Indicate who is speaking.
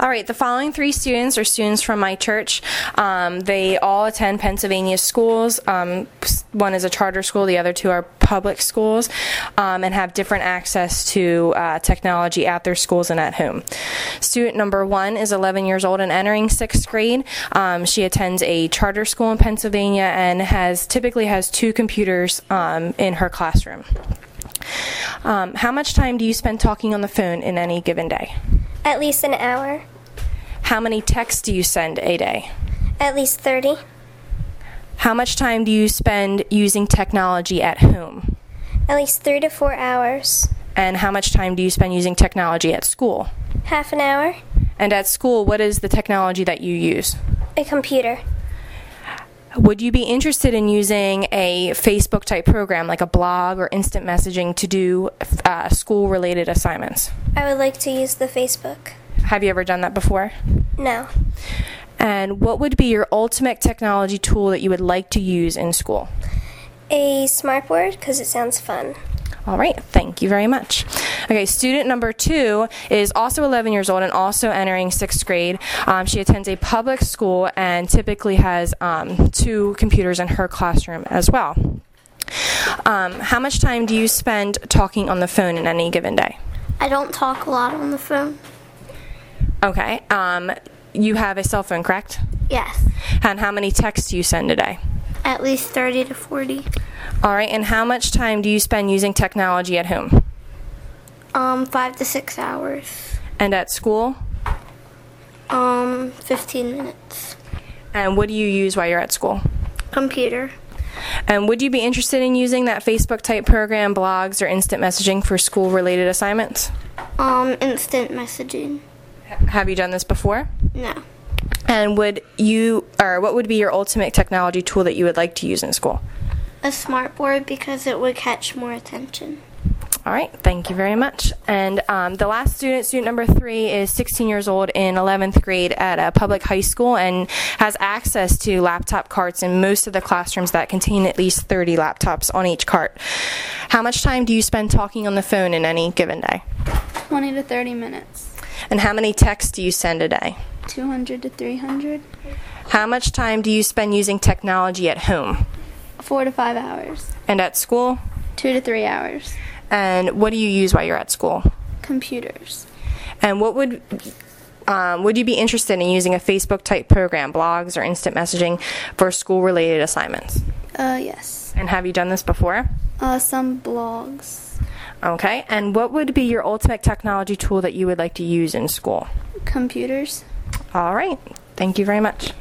Speaker 1: All right, the following three students are students from my church. Um, they all attend Pennsylvania schools. Um, s- one is a charter school, the other two are public schools, um, and have different access to uh, technology at their schools and at home. Student number one is 11 years old and entering sixth grade. Um, she attends a charter school in Pennsylvania and has typically has two computers um, in her classroom. Um, how much time do you spend talking on the phone in any given day?
Speaker 2: At least an hour.
Speaker 1: How many texts do you send a day?
Speaker 2: At least 30.
Speaker 1: How much time do you spend using technology at home?
Speaker 2: At least three to four hours.
Speaker 1: And how much time do you spend using technology at school?
Speaker 2: Half an hour.
Speaker 1: And at school, what is the technology that you use?
Speaker 2: A computer.
Speaker 1: Would you be interested in using a Facebook type program like a blog or instant messaging to do uh, school related assignments?
Speaker 2: I would like to use the Facebook.
Speaker 1: Have you ever done that before?
Speaker 2: No.
Speaker 1: And what would be your ultimate technology tool that you would like to use in school?
Speaker 2: A smartboard because it sounds fun.
Speaker 1: All right, thank you very much. Okay, student number two is also 11 years old and also entering sixth grade. Um, she attends a public school and typically has um, two computers in her classroom as well. Um, how much time do you spend talking on the phone in any given day?
Speaker 3: I don't talk a lot on the phone.
Speaker 1: Okay, um, you have a cell phone, correct?
Speaker 3: Yes.
Speaker 1: And how many texts do you send a day?
Speaker 3: At least 30 to 40.
Speaker 1: All right, and how much time do you spend using technology at home
Speaker 3: Um, 5 to 6 hours.
Speaker 1: and at school?
Speaker 3: Um, 15 minutes.
Speaker 1: And what do you use while you're at school?
Speaker 3: Computer.
Speaker 1: And Um, would you be interested in using that Facebook type program, blogs, or instant messaging for school related assignments?
Speaker 3: Um, instant messaging.
Speaker 1: Have you done this before?
Speaker 3: No.
Speaker 1: And would you, or what would be your ultimate technology tool that you would like to use in school?
Speaker 3: A smartboard because it would catch more attention.
Speaker 1: All right, thank you very much. And um, the last student, student number three, is 16 years old in 11th grade at a public high school and has access to laptop carts in most of the classrooms that contain at least 30 laptops on each cart. How much time do you spend talking on the phone in any given day?
Speaker 4: 20 to 30 minutes.
Speaker 1: And how many texts do you send a day?
Speaker 4: 200 to 300.
Speaker 1: How much time do you spend using technology at home
Speaker 4: 4 to 5 hours.
Speaker 1: and at school?
Speaker 4: 2 to 3 hours.
Speaker 1: And what do you use while you're at school?
Speaker 4: Computers.
Speaker 1: And what would um, would you be interested in using a Facebook type program, blogs, or instant messaging for school related assignments?
Speaker 4: Uh, yes.
Speaker 1: And have you done this before?
Speaker 4: Uh, some blogs.
Speaker 1: Okay. And what would be your ultimate technology tool that you would like to use in school?
Speaker 4: Computers.
Speaker 1: All right. Thank you very much.